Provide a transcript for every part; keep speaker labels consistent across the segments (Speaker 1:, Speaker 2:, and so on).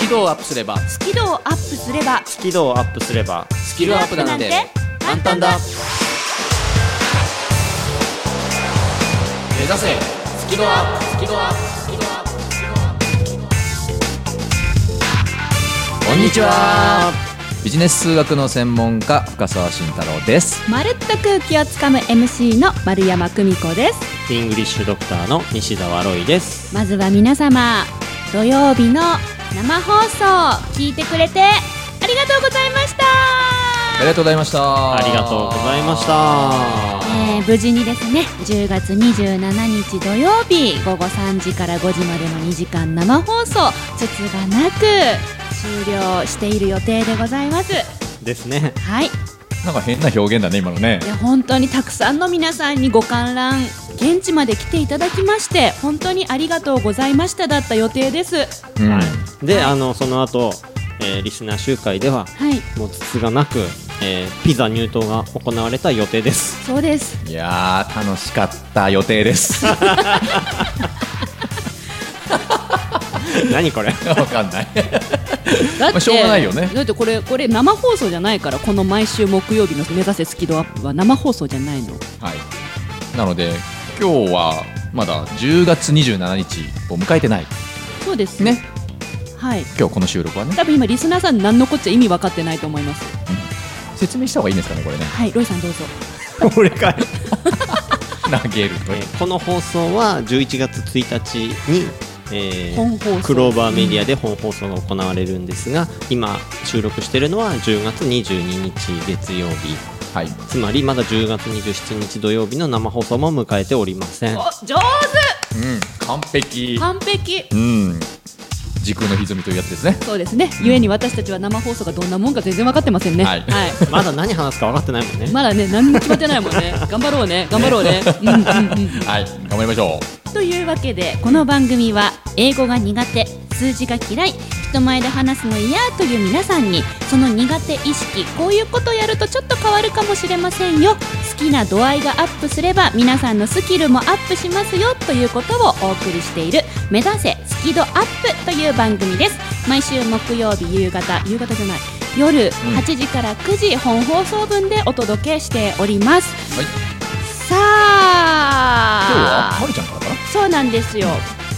Speaker 1: キ度をアップすれば
Speaker 2: スキルをアップすれば
Speaker 3: スキルをアップすれば
Speaker 1: スキルアップなんて簡単だ目指せスキルアップスキルアップスキルアップスキルアップこんにちはビジネス数学の専門家深澤慎太郎です
Speaker 2: まるっと空気をつかむ MC の丸山久美子です
Speaker 3: イングリッシュドクターの西澤ロイです
Speaker 2: まずは皆様土曜日の生放送聞いてくれてありがとうございました
Speaker 1: ありがとうございました
Speaker 3: ありがとうございました
Speaker 2: えー無事にですね10月27日土曜日午後3時から5時までの2時間生放送つつがなく終了している予定でございます
Speaker 3: ですね
Speaker 2: はい
Speaker 1: なんか変な表現だね今のね
Speaker 2: いや本当にたくさんの皆さんにご観覧現地まで来ていただきまして本当にありがとうございましただった予定です
Speaker 1: うん
Speaker 3: はいであのその後、えーリスナー集会では
Speaker 2: はい
Speaker 3: もうつつがなく、えーピザ入刀が行われた予定です
Speaker 2: そうです
Speaker 1: いやー楽しかった予定です
Speaker 3: 何これ
Speaker 1: わかんない
Speaker 2: だっ
Speaker 1: まあしょうがないよね
Speaker 2: だってこれこれ生放送じゃないからこの毎週木曜日の「目指せスキドアップ」は生放送じゃないの
Speaker 1: はい、なので今日はまだ10月27日を迎えてない
Speaker 2: そうです
Speaker 1: ね
Speaker 2: はい
Speaker 1: 今日この収録はね
Speaker 2: 多分今リスナーさん何のこっちゃ意味分かってないと思います
Speaker 1: 説明した方がいいんですかねこれね
Speaker 2: はいロイさんどうぞ
Speaker 3: 俺 か
Speaker 1: 投げる
Speaker 3: えーこの放送は11月1日に、えー
Speaker 2: 本放送
Speaker 3: クローバーメディアで本放送が行われるんですが、今収録しているのは10月22日月曜日
Speaker 1: はい
Speaker 3: つまりまだ10月27日土曜日の生放送も迎えておりません
Speaker 2: お
Speaker 3: は
Speaker 2: 上
Speaker 1: うん完
Speaker 2: 手
Speaker 1: 璧
Speaker 2: 完璧
Speaker 1: うん時空の歪みというやつですね
Speaker 2: そうですね故に私たちは生放送がどんなもんか全然分かってませんね
Speaker 1: はい
Speaker 3: まだ何話すか分かってないもんね
Speaker 2: まだね何も決まってないもんね頑張ろうね頑張ろうねうんうんうん
Speaker 1: はい頑張りましょ
Speaker 2: というわけでこの番組は英語が苦手数字が嫌い人前で話すの嫌という皆さんにその苦手意識こういうことやるとちょっと変わるかもしれませんよ好きな度合いがアップすれば皆さんのスキルもアップしますよということをお送りしている「目指せスキドアップ」という番組です毎週木曜日夕方夕方じゃない夜
Speaker 1: うん
Speaker 2: 8時から9時本放送分でお届けしております
Speaker 1: うはい
Speaker 2: さあ
Speaker 1: 今日はまるちゃんからかな
Speaker 2: そうなんですよ。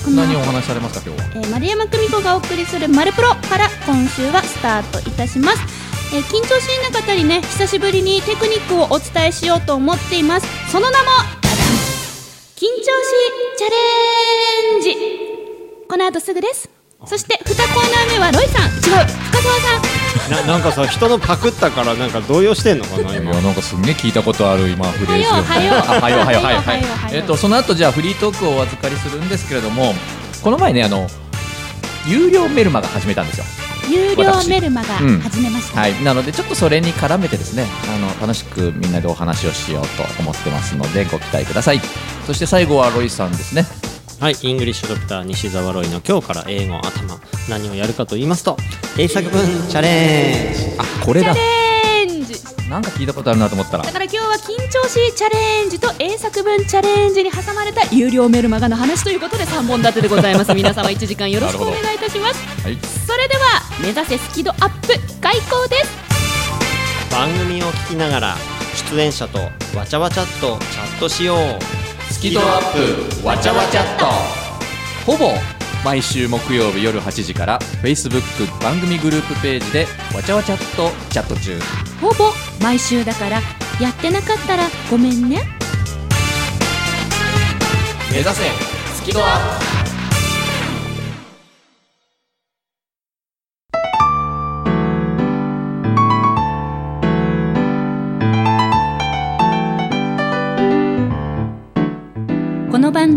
Speaker 2: この
Speaker 1: 何をお話しされますか今日は
Speaker 2: えー丸山久美子がお送りする「マルプロ」から今週はスタートいたします、えー緊張しいな方にね久しぶりにテクニックをお伝えしようと思っていますその名も緊張しチャレンジこの後すぐですそして2コーナー目はロイさん違う深澤さん
Speaker 3: ななんかさ人のパクったからなんか動揺してんのかない今
Speaker 1: やなんかすんげえ聞いたことある今フレーズ
Speaker 2: は
Speaker 1: あ
Speaker 2: よ
Speaker 1: はよはよはよ
Speaker 2: は
Speaker 1: は
Speaker 2: よ
Speaker 1: よ
Speaker 2: はよ
Speaker 1: えっとその後じゃあフリートークをお預かりするんですけれどもこの前ねあの有料メルマが始めたんですよ
Speaker 2: 有料メルマが
Speaker 1: うん
Speaker 2: 始めました、
Speaker 1: はい、なのでちょっとそれに絡めてですねあの楽しくみんなでお話をしようと思ってますのでご期待くださいそして最後はロイさんですね
Speaker 3: はい、イングリッシュドクター西澤ロイの今日から英語頭何をやるかと言いますと英作文チャレンジ
Speaker 1: あこれ
Speaker 2: チャ
Speaker 1: だ
Speaker 2: レンジ
Speaker 1: なんか聞いたことあるなと思ったら
Speaker 2: だから今日は緊張しチャレンジと英作文チャレンジに挟まれた有料メルマガの話ということで3本立てでございます皆様1時間よろしくお願いいたします
Speaker 1: はい
Speaker 2: それでは目指せスキドアップ開講です
Speaker 3: 番組を聞きながら出演者とわちゃわちゃっとチャットしよう
Speaker 1: スキドアップわちゃわちゃっとほぼ毎週木曜日夜8時から Facebook 番組グループページでわちゃわちゃっとチャット中
Speaker 2: ほぼ毎週だからやってなかったらごめんね
Speaker 1: 目指せスキドアッ
Speaker 2: この番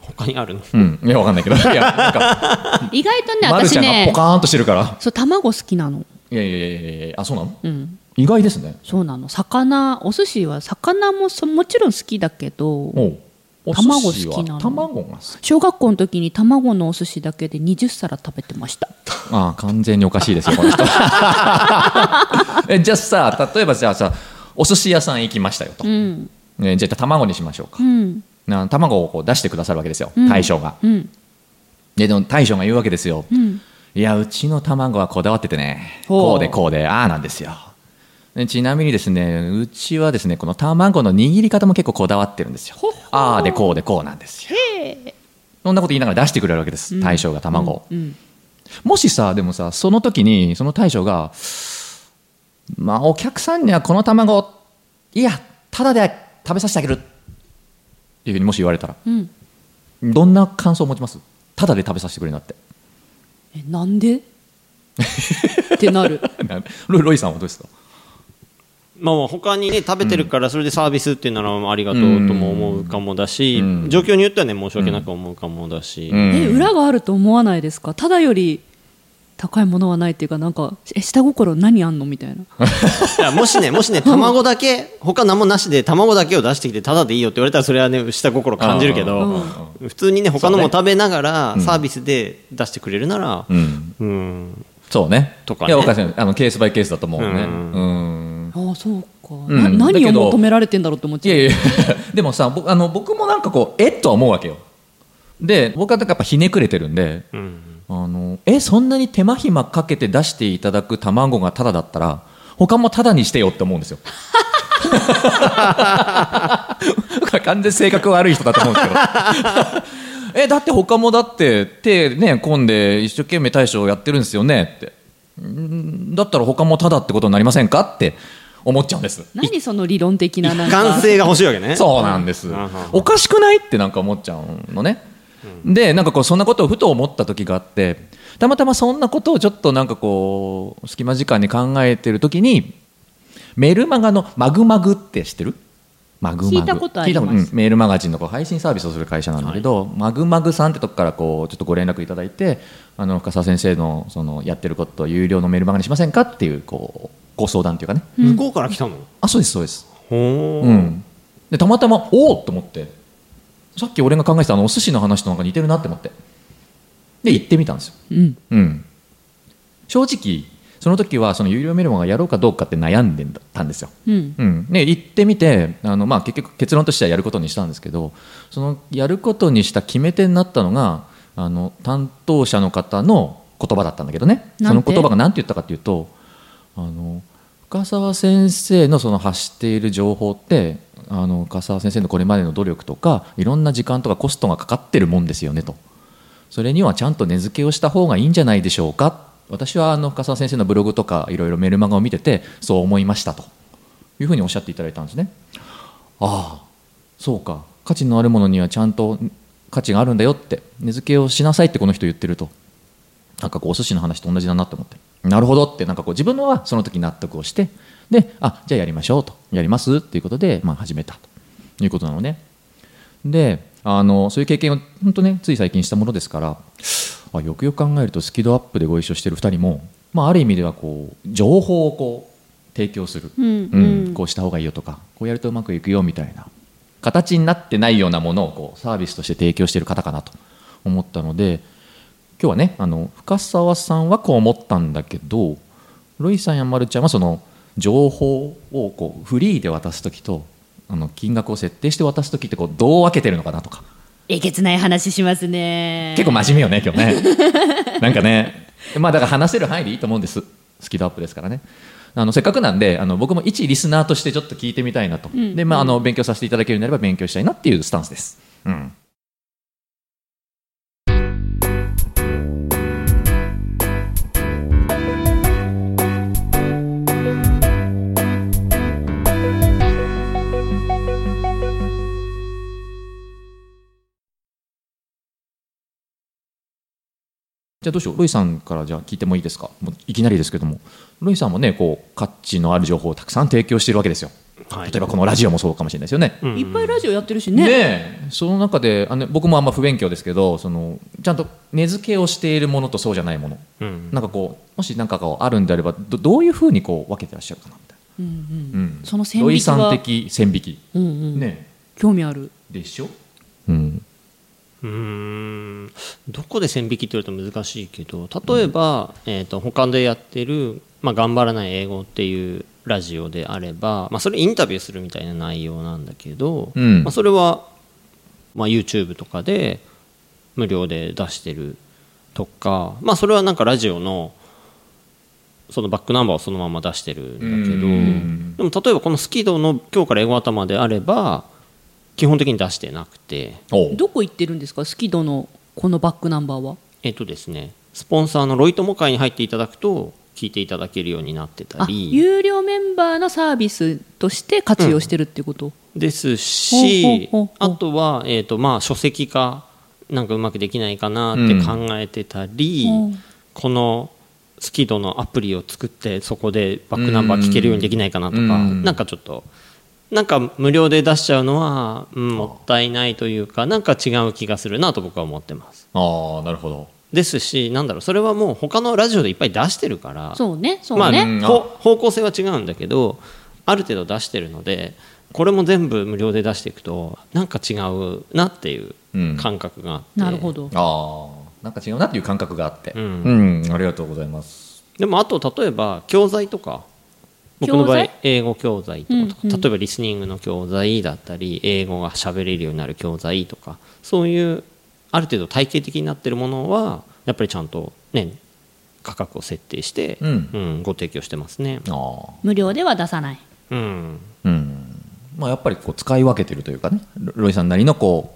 Speaker 3: 他にあるの
Speaker 1: うんいやわかんない けどいやなんか
Speaker 2: 意外とね
Speaker 1: まる
Speaker 2: 私
Speaker 1: ちゃんが
Speaker 2: ね
Speaker 1: ポカーンとしてるから
Speaker 2: そう卵好きなの
Speaker 1: いやいやいやいやいやあそうなの
Speaker 2: うん
Speaker 1: 意外ですね
Speaker 2: そうなの魚お寿司は魚もそもちろん好きだけど
Speaker 1: おうお寿
Speaker 2: 卵好
Speaker 1: 司
Speaker 2: き
Speaker 1: は
Speaker 2: なの
Speaker 1: 卵が好き
Speaker 2: 小学校の時に卵のお寿司だけで20皿食べてました
Speaker 1: ああ完全におかしいですよこの人 えじゃあさ例えばじゃあさお寿司屋さん行きましたよと、
Speaker 2: うん
Speaker 1: ね、じゃあ卵にしましょうか
Speaker 2: う、ん
Speaker 1: な卵をこう出してくださるわけですよ、
Speaker 2: うん
Speaker 1: 大将が
Speaker 2: うん
Speaker 1: ででも大将が言うわけですよ、
Speaker 2: うん
Speaker 1: いやうちの卵はこだわっててね
Speaker 2: ほう
Speaker 1: こうでこうでああなんですよでちなみにですねうちはですねこの卵の握り方も結構こだわってるんですよ
Speaker 2: ほほ
Speaker 1: ああでこうでこうなんですよそんなこと言いながら出してくれるわけです、大将が卵を、
Speaker 2: うん
Speaker 1: もしさでもさその時にその大将が「まあお客さんにはこの卵いやただで食べさせてあげる」っていうふうにもし言われたら
Speaker 2: うん
Speaker 1: どんな感想を持ちますただで食べさせてくれるな って
Speaker 2: えなんでって なる
Speaker 1: ロイロイさんはどうですか
Speaker 3: まあまあ他にね食べてるからそれでサービスっていうならありがとうとも思うかもだし、
Speaker 1: うん
Speaker 3: 状況によってはね申し訳なく思うかもだし、
Speaker 2: え裏があると思わないですかただより高いものはないっていうかなんかえ下心何あんのみたいない
Speaker 3: やもしねも しね卵だけ他何もなしで卵だけを出してきてただでいいよって言われたらそれはね下心感じるけ
Speaker 1: う
Speaker 3: ど
Speaker 1: ん
Speaker 3: 普通にね他のも
Speaker 1: そうね
Speaker 3: 食べながらサービスで出してくれるなら
Speaker 1: うん
Speaker 3: うん
Speaker 1: そうね
Speaker 3: とか
Speaker 1: い
Speaker 3: ね
Speaker 1: やわかるあのケースバイケースだと思うね
Speaker 3: うん
Speaker 1: うん
Speaker 2: ああそうか、
Speaker 1: ん
Speaker 2: な
Speaker 1: だ
Speaker 2: 何
Speaker 1: け
Speaker 2: を
Speaker 1: ど
Speaker 2: 求められてんだろうと思っ
Speaker 1: い
Speaker 2: ちゃ
Speaker 1: やい
Speaker 2: う
Speaker 1: や でもさ僕あの僕もなんかこうえっとは思うわけよで僕はなんかやっぱひねくれてるんで
Speaker 3: うん
Speaker 1: あのえそんなに手間暇かけて出していただく卵がタダだったら他もタダにしてよって思うんですよ完全に性格悪い人だと思うんですけど えだって他もだって手ね込んで一生懸命大将やってるんですよねってんだったら他もタダってことになりませんかって思っちゃうんです
Speaker 2: 何その理論的ななんか
Speaker 3: 完成が欲しいわけね
Speaker 1: そうなんです
Speaker 3: ん。
Speaker 1: おかしくないってなんか思っちゃうのね。でなんかこうそんなことをふと思った時があってたまたまそんなことをちょっとなんかこう隙間時間に考えてる時にメルマガのマグマグって知ってるマグマグ
Speaker 2: 聞いたことありま
Speaker 1: 聞
Speaker 2: す
Speaker 1: いたことうんメールマガジンのこう配信サービスをする会社なんだけど、マグマグさんってとこからこうちょっとご連絡いただいてあの深澤先生のそのやってることを有料のメールマガにしませんかっていうこうご相談というかね
Speaker 3: 向こうから来たの
Speaker 1: あそうですそうです
Speaker 3: ほ
Speaker 1: う
Speaker 3: ー
Speaker 1: ん、でたまたまおおと思ってさっき俺が考えてたあのお寿司の話となんか似てるなって思ってで行ってみたんですよ、
Speaker 2: うん
Speaker 1: うん、正直その時はその有料メルマガやろうかどうかって悩んでたんですよ。
Speaker 2: うん
Speaker 1: うんね、行ってみてあの、まあ、結局結論としてはやることにしたんですけどそのやることにした決め手になったのがあの担当者の方の言葉だったんだけどね
Speaker 2: な
Speaker 1: そ
Speaker 2: ん
Speaker 1: の
Speaker 2: て
Speaker 1: 言葉が何て言ったかというとあの深澤先生のその発している情報ってあの深澤先生のこれまでの努力とかいろんな時間とかコストがかかってるもんですよねと。それにはちゃんと値付けをした方がいいんじゃないでしょうか私はあの深澤先生のブログとかいろいろメルマガを見ててそう思いましたというふうにおっしゃっていただいたんですねああそうか価値のあるものにはちゃんと価値があるんだよって値付けをしなさいってこの人言ってるとなんかこうお寿司の話と同じだなと思ってなるほどってなんかこう自分のはその時納得をしてであじゃあやりましょうとやりますっていうことで、まあ、始めたということなのねであのそういう経験を本当ねつい最近したものですからあよくよく考えるとスキドアップでご一緒してる2人も、まあ、ある意味ではこう情報をこう提供する、
Speaker 2: うんうん
Speaker 1: こうした方がいいよとかこうやるとうまくいくよみたいな形になってないようなものをこうサービスとして提供してる方かなと思ったので今日はねあの深澤さんはこう思ったんだけどロイさんやまるちゃんはその情報をこうフリーで渡す時とあの金額を設定して渡す時ってこうどう分けてるのかなとか
Speaker 2: えげつない話しますね
Speaker 1: 結構真面目よね今日ねなんかねまあだから話せる範囲でいいと思うんですスキドアップですからねあのせっかくなんであの僕も一リスナーとしてちょっと聞いてみたいなと、
Speaker 2: ん
Speaker 1: でまああの勉強させていただけるようになれば勉強したいなっていうスタンスです、うん、じゃあどうしようロイさんからじゃあ聞いてもいいですかもういきなりですけどもロイさんもねこう価値のある情報をたくさん提供しているわけですよ
Speaker 3: はい
Speaker 1: 例えばこのラジオもそうかもしれないですよね、
Speaker 3: うん
Speaker 2: いっぱいラジオやってるしね
Speaker 1: ねえその中であの僕もあんま不勉強ですけどそのちゃんと根付けをしているものとそうじゃないもの、
Speaker 3: うん
Speaker 1: なんかこうもし何かがあるんであればどどういうふうにこう分けてらっしゃるかなみたい
Speaker 2: うんうん
Speaker 1: な、うん
Speaker 2: その線引きは
Speaker 1: 土井さん的線引き、
Speaker 2: うんうん
Speaker 1: ね
Speaker 2: 興味ある
Speaker 1: えでしょ、うん
Speaker 3: うーんどこで線引きって言われると難しいけど例えば、えー、と他でやってる「まあ、頑張らない英語」っていうラジオであれば、まあ、それインタビューするみたいな内容なんだけど、
Speaker 1: うん
Speaker 3: まあ、それは、まあ、YouTube とかで無料で出してるとか、まあ、それはなんかラジオのそのバックナンバーをそのまま出してるんだけど、
Speaker 1: うん
Speaker 3: でも例えばこのスキードの「今日から英語頭」であれば基本的に出してなくて。
Speaker 1: おう
Speaker 2: どこ行ってるんですかスキドのこのバックナンバーは
Speaker 3: えっとですね、スポンサーのロイ友会に入っていただくと聞いていただけるようになってた
Speaker 2: あ
Speaker 3: り
Speaker 2: 有料メンバーのサービスとして活用してるってこと、
Speaker 3: ですし
Speaker 2: ほうほうほうほ
Speaker 3: あ
Speaker 2: う
Speaker 3: とは、えっとまあ、書籍化なんかうまくできないかなって考えてたり、
Speaker 2: うん
Speaker 3: このスキドのアプリを作ってそこでバックナンバー聞けるようにできないかなとか、
Speaker 1: うん
Speaker 3: なんかちょっと。なんか無料で出しちゃうのは、うん、もったいないというかなんか違う気がするなと僕は思ってます
Speaker 1: ああなるほど
Speaker 3: ですしなんだろうそれはもう他のラジオでいっぱい出してるから
Speaker 2: そうねそう
Speaker 3: まあ
Speaker 2: ね、
Speaker 1: うん
Speaker 3: ほ方向性は違うんだけどある程度出してるのでこれも全部無料で出していくとなんか違うなっていう
Speaker 1: うん
Speaker 3: 感覚があって、
Speaker 2: なるほど、
Speaker 1: ああなんか違うなっていう感覚があって、
Speaker 3: うん
Speaker 1: うんありがとうございます
Speaker 3: でもあと例えば教材とか僕の場
Speaker 2: 教
Speaker 3: 合
Speaker 2: 材
Speaker 3: 英語教材とか、
Speaker 2: うんうん
Speaker 3: 例えばリスニングの教材だったり英語が喋れるようになる教材とかそういうある程度体系的になってるものはやっぱりちゃんとね価格を設定して、
Speaker 1: うん
Speaker 3: うんご提供してますね。
Speaker 1: ああ
Speaker 2: 無料では出さない
Speaker 3: うん
Speaker 1: うんまあ、やっぱりこう使い分けてるというかねロロイさんなりのこ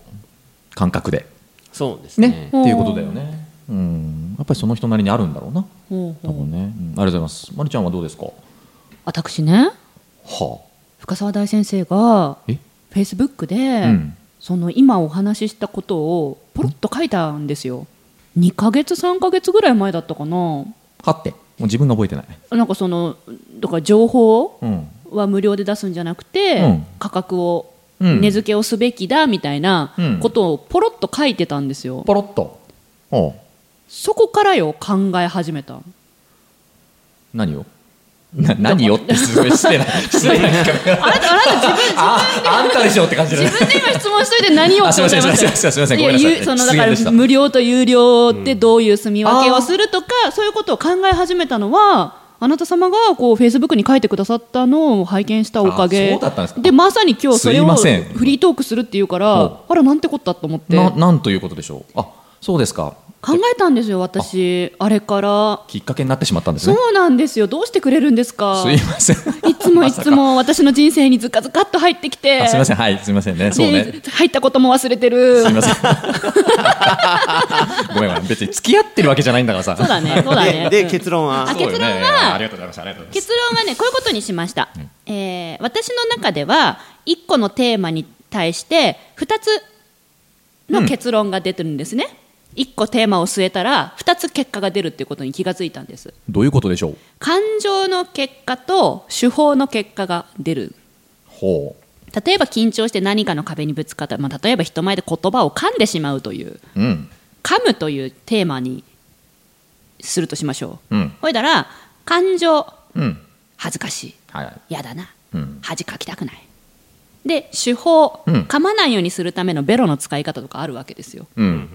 Speaker 1: う感覚で
Speaker 3: そうです
Speaker 1: ね
Speaker 3: ね
Speaker 1: っていうことだよね、うん、やっぱりその人なりにあるんだろうな
Speaker 2: ほう
Speaker 1: 多
Speaker 2: ほう
Speaker 1: 分ね、うんありがとうございますまるちゃんはどうですか
Speaker 2: 私ね
Speaker 1: は
Speaker 2: 深沢大先生が
Speaker 1: あえ
Speaker 2: フェイスブックで、
Speaker 1: ん
Speaker 2: その今お話ししたことをポロッと書いたんですよ2ヶ月3ヶ月ぐらい前だったかな
Speaker 1: はってもう自分が覚えてない
Speaker 2: なんかそのだから情報
Speaker 1: うん
Speaker 2: は無料で出すんじゃなくて、
Speaker 1: うん
Speaker 2: 価格を
Speaker 1: うん
Speaker 2: 値付けをすべきだみたいな
Speaker 1: うん
Speaker 2: ことをポロッと書いてたんですよ、
Speaker 1: ポロッとおう
Speaker 2: そこからよ考え始めた
Speaker 1: 何をな何をってすごい失 礼な失礼な企画
Speaker 2: あなたあなた自分
Speaker 1: ああんたでしょって感じだね
Speaker 2: 自分で今質問しといて何を
Speaker 1: あすいません
Speaker 2: って思っ
Speaker 1: すい
Speaker 2: て
Speaker 1: ませんすいませんごめんなさい
Speaker 2: やゆその
Speaker 1: 失
Speaker 2: だ
Speaker 1: 言
Speaker 2: か
Speaker 1: でした
Speaker 2: ら無料と有料ってどういう住み分けをするとか、そういうことを考え始めたのはあなた様がこうフェイスブックに書いてくださったのを拝見したおか
Speaker 1: あ
Speaker 2: げ
Speaker 1: そうだったんですか
Speaker 2: まさに今日それ
Speaker 1: すい
Speaker 2: を
Speaker 1: ません
Speaker 2: フリートークするっていうから
Speaker 1: ほ
Speaker 2: あらなんてこったと思って
Speaker 1: な
Speaker 2: 考
Speaker 1: なんということでしょうあそうですか
Speaker 2: えたんですよ私あれから
Speaker 1: きっかけになってしまったんですね
Speaker 2: そうなんですよどうしてくれるんですか
Speaker 1: すいません
Speaker 2: いつもいつも私の人生にずかずかっと入ってき て
Speaker 1: あすいませんはいすいませんねそうね
Speaker 2: で入ったことも忘れてる
Speaker 1: すいませんごめんごめん別に付き合ってるわけじゃないんだからさ
Speaker 2: そうだねそうだね
Speaker 3: で
Speaker 2: うん
Speaker 3: 結論は
Speaker 2: あ
Speaker 1: そうよね
Speaker 2: 結論は
Speaker 1: ありがとうございましたありがとうございます
Speaker 2: 結論はねこういうことにしました、えー私の中では1個のテーマに対して2つの結論が出てるんですね、1個テーマを据えたら2つ結果が出るっていうことに気がついたんです
Speaker 1: どういうことでしょう
Speaker 2: 感情の結果と手法の結果が出る
Speaker 1: ほ
Speaker 2: 例えば緊張して何かの壁にぶつかった、まあ、例えば人前で言葉を噛んでしまうという
Speaker 1: ううん
Speaker 2: 噛むというテーマにするとしましょう、
Speaker 1: うん
Speaker 2: ほいだら感情
Speaker 1: うん
Speaker 2: 恥ずかしい
Speaker 1: はいはい
Speaker 2: 嫌だな、
Speaker 1: うん
Speaker 2: 恥かきたくないで手法、
Speaker 1: うん
Speaker 2: 噛まないようにするためのベロの使い方とかあるわけですよ
Speaker 1: うん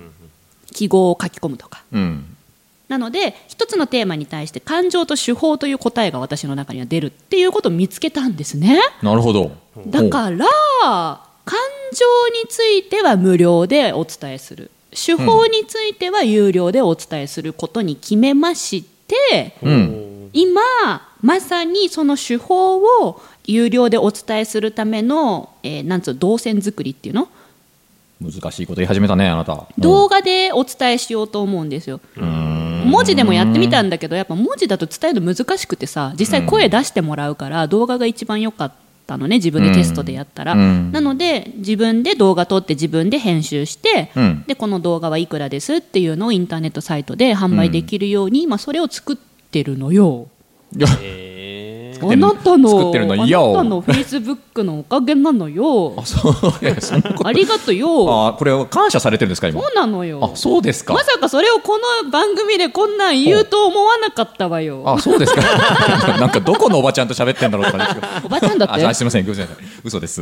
Speaker 2: 記号を書き込むとか
Speaker 1: うん
Speaker 2: なので一つのテーマに対して感情と手法という答えが私の中には出るっていうことを見つけたんですね
Speaker 1: なるほど
Speaker 2: だから感情については無料でお伝えする手法については有料でお伝えすることに決めまして、
Speaker 1: ほううん
Speaker 2: 今まさにその手法を有料でお伝えするための、えーなんつうの動線作りっていうの、
Speaker 1: 難しいこと言い始めたねあなた
Speaker 2: 動画でお伝えしようと思うんですよ文字でもやってみたんだけどやっぱ文字だと伝えるの難しくてさ実際声出してもらうから動画が一番良かったのね自分でテストでやったら、
Speaker 1: うん
Speaker 2: なので自分で動画撮って自分で編集して、
Speaker 1: うん
Speaker 2: でこの動画はいくらですっていうのをインターネットサイトで販売できるように、今それを作ってるのよ。
Speaker 1: いや
Speaker 2: あなたの
Speaker 1: 作ってるのいや
Speaker 2: あなたのフェイスブックのおかげなのよ
Speaker 1: あそういやそんなこと
Speaker 2: ありがとよ
Speaker 1: あこれは感謝されてるんですか今
Speaker 2: そうなのよ
Speaker 1: あそうですか
Speaker 2: まさかそれをこの番組でこんなん言うと思わなかったわよ
Speaker 1: あそうですか なんかどこのおばちゃんと喋ってんだろうとかですけど
Speaker 2: おばちゃんだっ
Speaker 1: ああ
Speaker 2: て
Speaker 1: すいませんごめんなさい嘘 です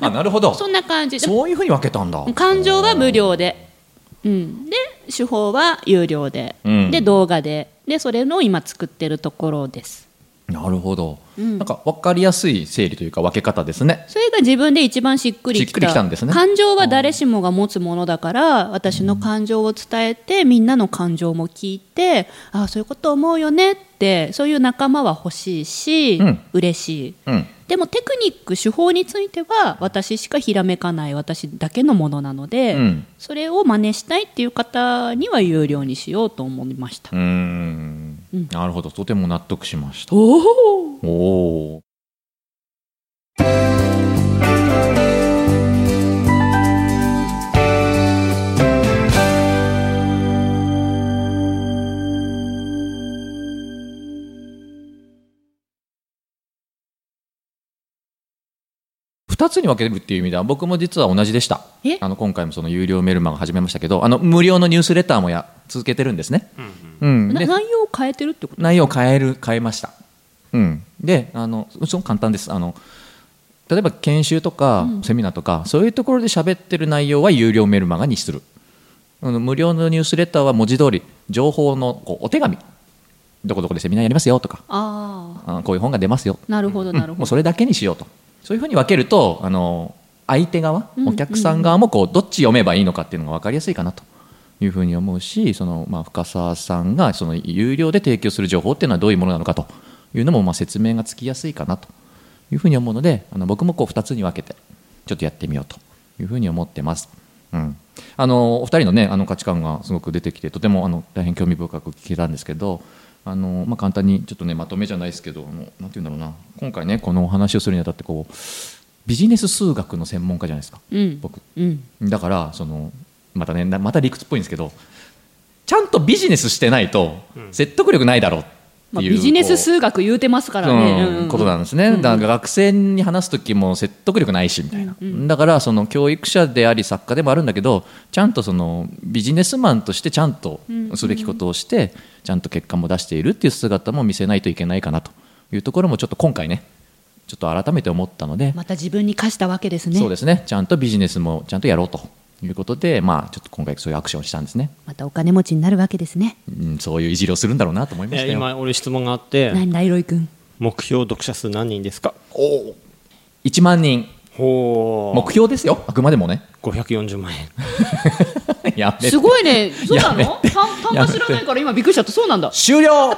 Speaker 1: あなるほど
Speaker 2: そんな感じで
Speaker 1: そういうふうに分けたんだ
Speaker 2: 感情は無料で、うん、で手法は有料で、
Speaker 1: うん
Speaker 2: で動画ででそれの今作ってるところです
Speaker 1: なるほど、なんか分かりやすい整理というか分け方ですね
Speaker 2: それが自分で一番しっくりきた
Speaker 1: しっくりきたんですね
Speaker 2: 感情は誰しもが持つものだから私の感情を伝えてみんなの感情も聞いてああそういうこと思うよねってそういう仲間は欲しいし、
Speaker 1: うん
Speaker 2: 嬉しい
Speaker 1: うん
Speaker 2: でもテクニック手法については私しかひらめかない私だけのものなので、
Speaker 1: うん
Speaker 2: それを真似したいっていう方には有料にしようと思いました、
Speaker 1: うーんなるほどとても納得しました
Speaker 2: おお
Speaker 1: おお2つに分けるっていう意味では僕も実は同じでした
Speaker 2: え
Speaker 1: あの今回もその有料メルマガ始めましたけどあの無料のニュースレターもや続けてるんですね、うん
Speaker 2: な
Speaker 1: で
Speaker 2: 内容を変えてるってこと
Speaker 1: 内容を変える変えました、うん、であのすごく簡単ですあの例えば研修とかセミナーとか、そういうところで喋ってる内容は有料メルマガにするあの無料のニュースレターは文字通り情報のこうお手紙どこどこでセミナーやりますよとか
Speaker 2: あ
Speaker 1: あこういう本が出ますよ
Speaker 2: あなるほどなる
Speaker 1: も
Speaker 2: ほ
Speaker 1: う
Speaker 2: ど、
Speaker 1: それだけにしようとそういうふうに分けるとあの相手側
Speaker 2: うん
Speaker 1: お客さん側もこうどっち読めばいいのかっていうのが分かりやすいかなというふうに思うしその、まあ、深澤さんがその有料で提供する情報っていうのはどういうものなのかというのもまあ説明がつきやすいかなというふうに思うのであの僕もこう2つに分けてちょっとやってみようというふうに思ってます。うん、あのお二人の,、ね、あの価値観がすごく出てきてとてもあの大変興味深く聞けたんですけどあの、まあ、簡単にちょっと、ね、まとめじゃないですけどあのなんて言うんだろうな今回ねこのお話をするにあたってこうビジネス数学の専門家じゃないですか
Speaker 2: うん
Speaker 1: 僕
Speaker 2: うん
Speaker 1: だからそのまたねなまた理屈っぽいんですけどちゃんとビジネスしてないと説得力ないだろうっていう、
Speaker 2: まあ、ビジネ
Speaker 1: こう
Speaker 2: ス数学言うてますからね、
Speaker 1: うんことなんですね、だから学生に話す時も説得力ないしみたいな、だからその教育者であり作家でもあるんだけどちゃんとそのビジネスマンとしてちゃんとすべきことをして、ちゃんと結果も出しているっていう姿も見せないといけないかなというところもちょっと今回ねちょっと改めて思ったので、
Speaker 2: また自分に課したわけですね
Speaker 1: そうですねちゃんとビジネスもちゃんとやろうということで、まあ、ちょっと今回そういうアクションをしたんですね、
Speaker 2: またお金持ちになるわけですね。
Speaker 1: うん、そういういじりをするんだろうなと思いました
Speaker 3: え
Speaker 1: よ、
Speaker 3: 今俺質問があって
Speaker 2: なんだいろい君。
Speaker 3: 目標読者数何人ですか
Speaker 1: 1万人
Speaker 3: ほ
Speaker 1: 目標ですよあくまでもね
Speaker 3: う540万円
Speaker 1: やめて
Speaker 2: すごいね。そうな
Speaker 1: や
Speaker 2: の？単単価知らないから今びっくりしちゃった。そうなんだ。
Speaker 1: 終了
Speaker 2: へ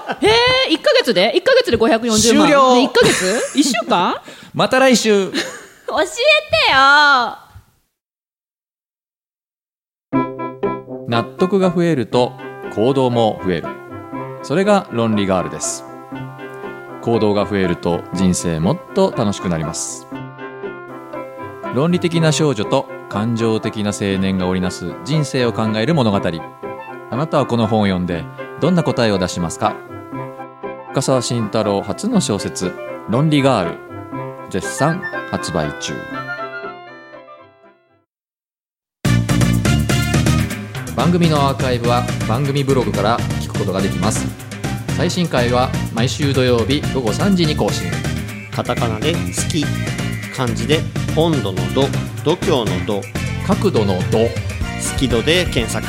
Speaker 2: え、一ヶ月で一ヶ月で五百四十万。
Speaker 1: 終了
Speaker 2: で一ヶ月？一週 間？
Speaker 1: また来週
Speaker 2: 教えてよ。
Speaker 1: 納得が増えると行動も増えるそれが論理ガールです行動が増えると人生もっと楽しくなります論理的な少女と感情的な青年が織りなす人生を考える物語あなたはこの本を読んでどんな答えを出しますか深沢慎太郎初の小説「論理ガール」絶賛発売中番組のアーカイブは番組ブログから聞くことができます最新回は毎週土曜日午後3時に更新
Speaker 3: カタカナで「好き」漢字で「温度の度」「度胸の度」
Speaker 1: 角度の度
Speaker 3: 「好き度」で検索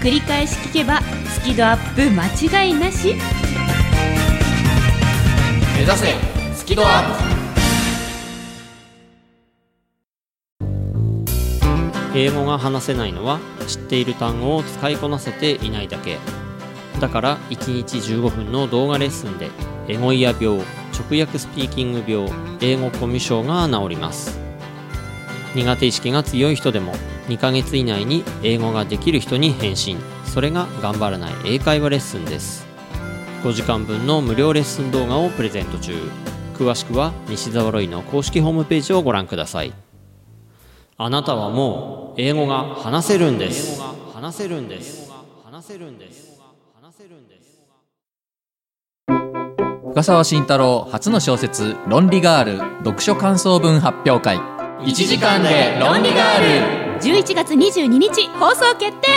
Speaker 4: 繰り返し聞けばスキドアップ間違いなし
Speaker 1: 目指せスキドアップ
Speaker 3: 英語が話せないのは知っている単語を使いこなせていないだけだから1日15分の動画レッスンでエゴイヤ病直訳スピーキング病英語コミュ障が治ります苦手意識が強い人でも2ヶ月以内に英語ができる人に返信それが頑張らない英会話レッスンです5時間分の無料レッスン動画をプレゼント中詳しくは西澤ロイの公式ホームページをご覧くださいあなたはもう英語が話せるんです。英語が話せるんです。話せるんです。
Speaker 1: 深沢慎太郎初の小説「論理ガール」読書感想文発表会1時間で論理ガール
Speaker 4: 11月22日放送決定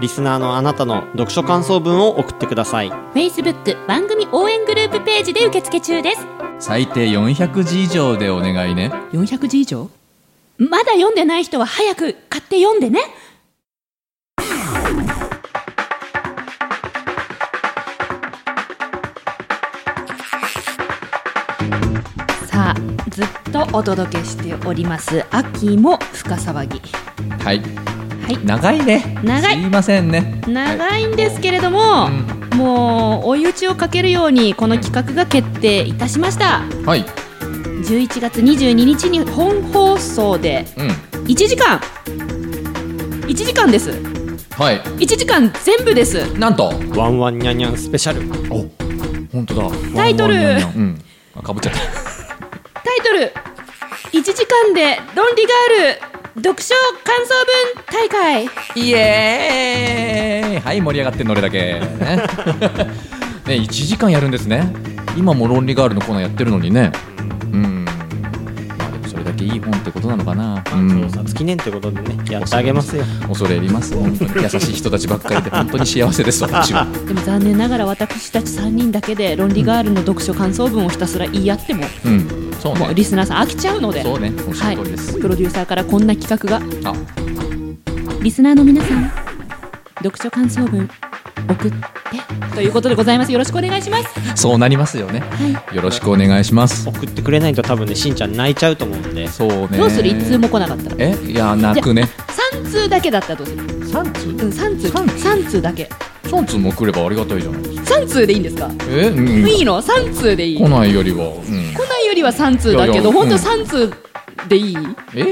Speaker 3: リスナーのあなたの読書感想文を送ってください。
Speaker 4: Facebook 番組応援グループページで受付中です
Speaker 1: 最低400字以上でお願いね
Speaker 2: 四百字以上？
Speaker 4: まだ読んでない人は早く買って読んでね
Speaker 2: さあ、ずっとお届けしております。秋も深騒ぎ。
Speaker 1: はい
Speaker 2: はい。
Speaker 1: 長いね
Speaker 2: 長い
Speaker 1: すいませんね
Speaker 2: 長いんですけれども、
Speaker 1: うん
Speaker 2: もう追い打ちをかけるようにこの企画が決定いたしました
Speaker 1: はい
Speaker 2: 11月22日に本放送で
Speaker 1: うん
Speaker 2: 1時間1時間です1
Speaker 1: はい
Speaker 2: 時間全部です
Speaker 1: なんと
Speaker 3: ワンワンニャンニャンスペシャル。
Speaker 1: お本当だ
Speaker 2: タイトル
Speaker 1: ワンワンニャンニャンうんあかぶっちゃった
Speaker 2: タイトル「1時間で論理ガール読書感想文大会
Speaker 1: イエーイはい盛り上がってんの俺だけねね1時間やるんですね今も論理ガールのコーナーやってるのにねうんまあでもそれだけいい本ってことなのかなうん
Speaker 3: 調査記念ってことでね、やってあげますよ。
Speaker 1: 恐れ入ります本当に優しい人たちばっかりで本当に幸せです私 は」
Speaker 2: でも残念ながら私たち3人だけで論理ガールの読書感想文をひたすら言い合っても
Speaker 1: うんそう
Speaker 2: もう
Speaker 1: ね
Speaker 2: リスナーさん飽きちゃうので
Speaker 1: そうねおっしゃ
Speaker 2: は
Speaker 1: る
Speaker 2: い、
Speaker 1: 通りです、
Speaker 2: プロデューサーからこんな企画が
Speaker 1: あ
Speaker 2: リスナーの皆さん読書感想文送ってということでございますよろしくお願いします
Speaker 1: そうなりますよね
Speaker 2: は
Speaker 1: よろしくお願いします
Speaker 3: 送ってくれないと多分ね、しんちゃん泣いちゃうと思うんで。
Speaker 1: そうね
Speaker 2: いどうする1通も来なかったら
Speaker 1: えいや泣くね
Speaker 2: 3通だけだったらどうする
Speaker 1: 3
Speaker 2: う
Speaker 1: 通
Speaker 2: ん3通
Speaker 1: 三通
Speaker 2: 三通だけ
Speaker 1: 3通も来ればありがたいじゃないですか
Speaker 2: 3通でいいんですか
Speaker 1: え、うん、
Speaker 2: いいの3通でいい
Speaker 1: 来
Speaker 2: 来
Speaker 1: ないよりはうん
Speaker 2: ないよりは3通だ
Speaker 1: いや
Speaker 2: け
Speaker 1: いや
Speaker 2: ど本
Speaker 1: う
Speaker 2: 当
Speaker 1: ん
Speaker 2: 三3通でいい
Speaker 1: え、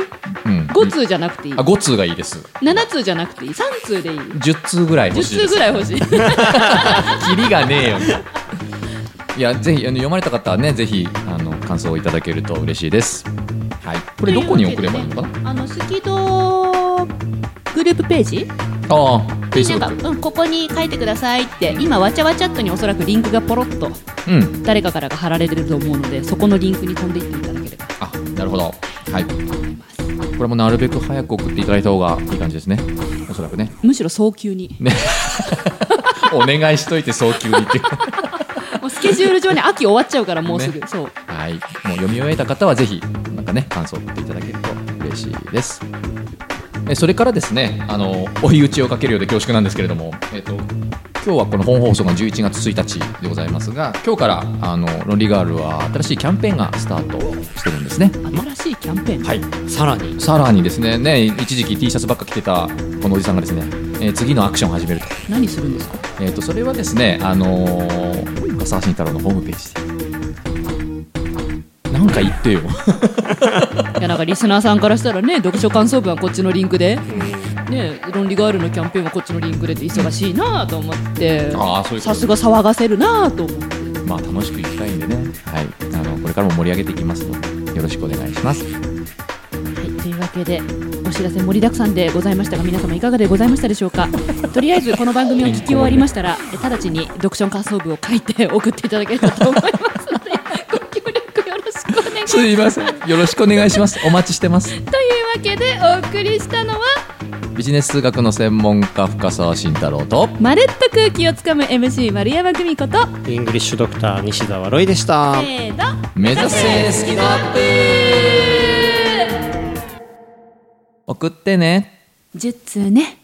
Speaker 1: うん、
Speaker 2: 5通じゃなくていい
Speaker 1: あ5通がいいです
Speaker 2: 7通じゃなくていい3通でいい
Speaker 1: 10通ぐらい欲しい
Speaker 2: 10
Speaker 1: で
Speaker 2: 通
Speaker 1: す
Speaker 2: ぐらい欲しい
Speaker 1: キリがねえよいやぜひあの読まれた方はねぜひあの感想をいただけると嬉しいですはいこれどこに送ればいいのかな
Speaker 2: あのスキドグループページ
Speaker 1: ああフェイス
Speaker 2: な
Speaker 1: ブ
Speaker 2: んか、
Speaker 1: ック
Speaker 2: うん、ここに書いてくださいって今わちゃわちゃっとにおそらくリンクがポロっと
Speaker 1: うん
Speaker 2: 誰かからが貼られてると思うのでそこのリンクに飛んでいっていただければ
Speaker 1: あなるほどはいこれもなるべく早く送っていただいた方がいい感じですねおそらくね
Speaker 2: むしろ早急に
Speaker 1: ねお願いしといて早急にっていう
Speaker 2: もうスケジュール上に秋終わっちゃうからもうすぐ、
Speaker 1: ね
Speaker 2: そう
Speaker 1: はい、もう読み終えた方はぜひなんかね感想を送っていただけると嬉しいです。えそれからですねあの追い打ちをかけるようで恐縮なんですけれども、えっと今日はこの本放送が11月1日でございますが今日からあのロンリーガールは新しいキャンペーンがスタートしてるんですね。
Speaker 2: 新しいキャンペーン、
Speaker 1: はい
Speaker 3: さらに
Speaker 1: さらにですね、ね、一時期 T シャツばっか着てたこのおじさんがですね、えー次のアクションを始めると。
Speaker 2: 何するんですか
Speaker 1: えー、とそれはですね、あのー、笠橋慎太郎のホームページでなんか言ってよ
Speaker 2: いやなんかリスナーさんからしたらね読書感想文はこっちのリンクで、ね、論理ガールのキャンペーンはこっちのリンクでって忙しいなと思って
Speaker 1: あーそういうこと
Speaker 2: さすが騒がせるなと思って
Speaker 1: まあ楽しくいきたいんでね、はい、あのこれからも盛り上げていきますのでよろしくお願いします
Speaker 2: はい、というわけでお知らせ盛りだくさんでございましたが皆様いかがでございましたでしょう かとりあえずこの番組を聞き終わりましたらえ直ちに読書感想文を書いて送っていただければと思いますのでご協力よろしくお願いします
Speaker 1: すいませんよろしくお願いしますお待ちしてます
Speaker 2: というわけでお送りしたのは
Speaker 1: ビジネス数学の専門家深澤慎太郎と
Speaker 2: まるっと空気をつかむ MC 丸山久美子と
Speaker 3: イングリッシュドクター西澤ロイでした、
Speaker 2: せーの
Speaker 1: 目指せスキルアップ送ってね
Speaker 2: 10通ね